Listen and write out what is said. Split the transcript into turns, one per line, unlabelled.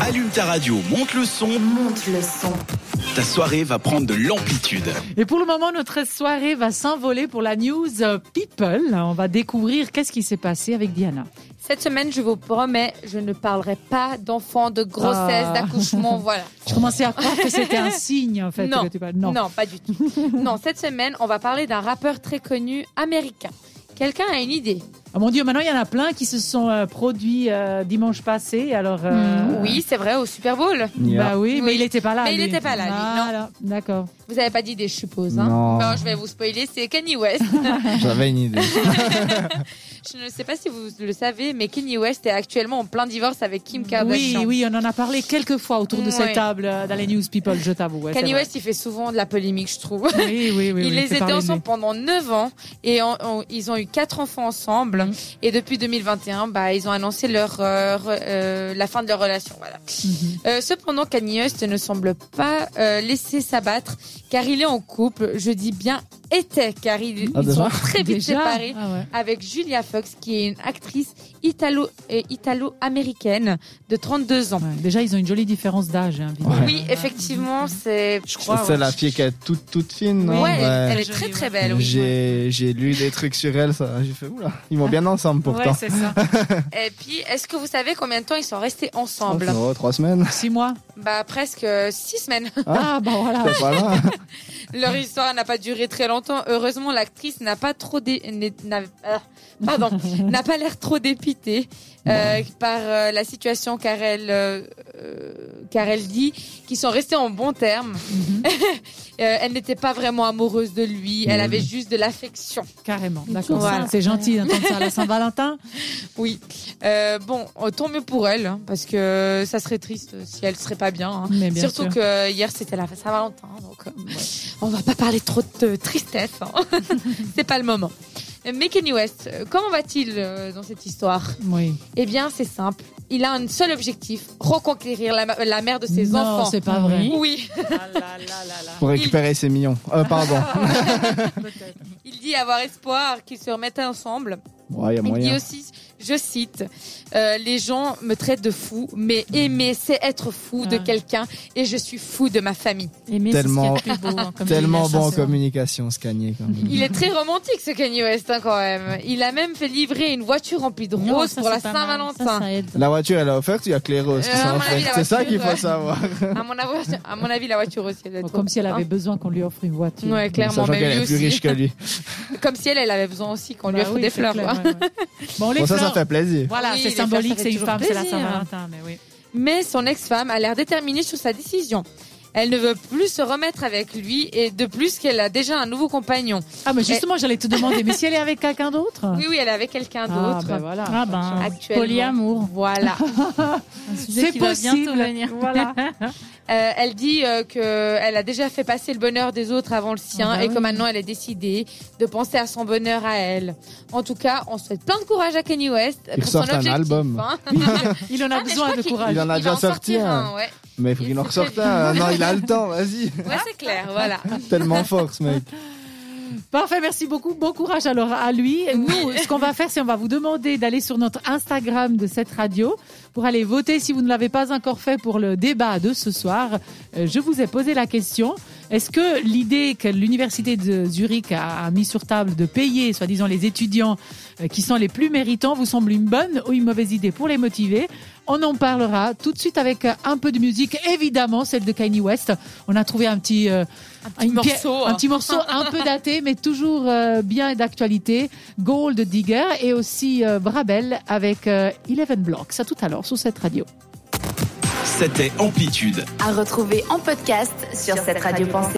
allume ta radio, monte le son.
Monte le son.
Ta soirée va prendre de l'amplitude.
Et pour le moment, notre soirée va s'envoler pour la news euh, People. On va découvrir qu'est-ce qui s'est passé avec Diana.
Cette semaine, je vous promets, je ne parlerai pas d'enfants, de grossesse,
Ah.
d'accouchement, voilà.
Je commençais à croire que c'était un signe, en fait.
Non.
que tu parles.
Non. pas du tout. non, cette semaine, on va parler d'un rappeur très connu américain. Quelqu'un a une idée
Ah, mon Dieu, maintenant, il y en a plein qui se sont euh, produits euh, dimanche passé. Alors, euh,
Oui, c'est vrai, au Super Bowl.
Bah oui, mais
Mhm. Oui.
il n'était pas là.
Mais il
lui.
était pas là, lui, non.
Voilà, d'accord.
Vous n'avez pas d'idée, je suppose. Hein
Non.
je vais vous spoiler, c'est Kanye West.
J'avais une idée.
je ne sais pas si vous le savez, mais Kanye West est actuellement en plein divorce avec Kim
Oui,
Kardashian.
oui, on en a parlé quelques fois autour de cette
Ouais.
table euh, dans les News People, je t'avoue. ouais, c'est
Kanye
vrai.
West, il fait souvent de la polémique, je trouve.
Oui, oui, oui.
ils
oui,
les
fait
étaient
parler de lui.
ensemble pendant 9 ans et en- en- ils ont eu quatre enfants ensemble.
Mm.
Et depuis 2021, bah, ils ont annoncé leur, euh, re- euh, la fin de leur relation. Voilà.
Mhm.
Mm-hmm.
Euh, cependant, Kanye West ne semble pas euh, laisser s'abattre car il est en couple. Je dis bien était car ils,
Ah,
ils
déjà
sont très vite
Déjà
séparés
Ah ouais.
avec Julia Fox qui est une actrice italo, euh, italo-américaine de 32 ans.
Ouais, Déjà, ils ont une jolie différence d'âge. hein, visiblement.
Oui, effectivement, c'est... Je
C'est la fille qui est toute, toute fine, non
Ouais, elle, elle est
Jolie,
très très
ouais.
belle. Oui.
J'ai j'ai lu des trucs sur elle, ça. J'ai fait, oula, ils vont bien ensemble pourtant.
Ouais, c'est ça.
Et puis, est-ce que vous savez combien de temps ils sont restés ensemble
Oh, trois semaines.
Six mois.
Bah presque euh, six semaines.
Ah, bah voilà.
C'est pas là.
Leur histoire n'a pas duré très longtemps. Heureusement, l'actrice n'a pas trop dé... n'est- n'a... ah, pardon n'a pas l'air trop dépitée euh, par euh, la situation car elle euh, euh, car elle dit qu'ils sont restés en bons termes. Euh, elle n'était pas vraiment amoureuse de lui. Elle
Mhm.
avait juste de l'affection.
Carrément. D'accord.
Voilà.
Ça, C'est gentil d'entendre ça à la Saint-Valentin.
Oui. Euh, bon, euh, tant mieux pour elle hein, parce que ça serait triste si elle serait pas bien. hein.
Mais bien
Surtout
sûr.
que hier c'était la Saint-Valentin, donc euh, on va pas parler trop de tristesse. hein. c'est pas le moment. Mais Kanye West, euh, comment va-t-il euh, dans cette histoire
Oui.
Eh bien, c'est simple. Il a un seul objectif reconquérir la, ma- la mère de ses
non,
enfants.
c'est pas vrai.
Oui,
Pour récupérer ses millions. Euh, pardon.
il dit avoir espoir qu'ils se remettent ensemble.
Ouais, y a
Il dit
moyen.
aussi, je cite, euh, les gens me traitent de fou, mais
Mm.
aimer, c'est être fou de
Ah.
quelqu'un, et je suis fou de ma famille.
Aimer, c'est ce qu'il y a de plus beau, hein, comme
Tellement
dit la
bon en
chanson.
communication, ce canier, quand même.
Il est très romantique ce Kanye West hein, quand même. Il a même fait livrer une voiture remplie de
Non,
roses
ça,
pour la
c'est pas mal. Ça,
Saint-Valentin.
ça aide.
La voiture, elle a offerte, il y a que les roses qui
Euh, à
sont
mon avis,
offertes.
la
C'est ça
voiture,
qu'il
ouais.
faut savoir.
À mon, avis, à mon avis, la voiture aussi. Elle doit être
Comme si elle avait
contente,
besoin qu'on lui offre une voiture.
hein. Ouais, clairement.
Sachant
Mais
qu'elle
lui
est plus
aussi.
riche que lui.
Comme si elle, elle avait besoin aussi qu'on lui
Bah
offre
oui,
des
c'est
fleurs.
clair,
quoi.
ouais, ouais. Bon, les
Bon, ça,
fleurs.
ça fait plaisir.
Voilà,
Oui,
c'est
les fleurs,
symbolique,
ça
c'est
fait
une femme, c'est
toujours
la
plaisir.
Saint-Valentin, mais oui.
Mais son ex-femme a l'air déterminée sur sa décision. Elle ne veut plus se remettre avec lui et de plus qu'elle a déjà un nouveau compagnon.
Ah, mais justement, j'allais te demander, mais si elle est avec quelqu'un d'autre
Oui, oui, elle est avec quelqu'un
Ah,
d'autre.
ben voilà.
Ah ben,
Actuellement.
polyamour.
Voilà.
un sujet
C'est
qui va
possible.
bientôt venir.
Voilà.
Euh, elle dit euh, que elle a déjà fait passer le bonheur des autres avant le sien
Ah bah
et que
oui.
maintenant elle est décidée de penser à son bonheur à elle. En tout cas, on souhaite plein de courage à Kanye West
Il
pour son
ressorte un
objectif,
album.
hein.
Il en a
Ah, mais je
besoin
crois
de
qu'il-
courage.
Il en a
va
déjà
en sortir
sorti un.
un, ouais.
Mais il faut qu'il en
Il s'est
ressorte un. Non, il a le temps, vas-y.
Ouais, c'est clair, voilà.
Tellement fort, ce mec.
Parfait, merci beaucoup. Bon courage alors à lui. Et Nous, ce qu'on va faire, c'est on va vous demander d'aller sur notre Instagram de cette radio pour aller voter si vous ne l'avez pas encore fait pour le débat de ce soir. Euh, Je vous ai posé la question. Est-ce que l'idée que l'université de Zurich a a mis sur table de payer, soi-disant, les étudiants euh, qui sont les plus méritants, vous semble une bonne ou une mauvaise idée pour les motiver On en parlera tout de suite avec euh, un peu de musique, évidemment, celle de Kanye West. On a trouvé un petit, euh,
petit
une pierre-
morceau, hein.
un petit morceau un peu daté, mais toujours euh, bien d'actualité. Gold Digger et aussi euh, Brabel avec euh, Eleven Blocks. À tout à l'heure sur cette radio.
C'était Amplitude.
À retrouver en podcast sur cette radio pensée.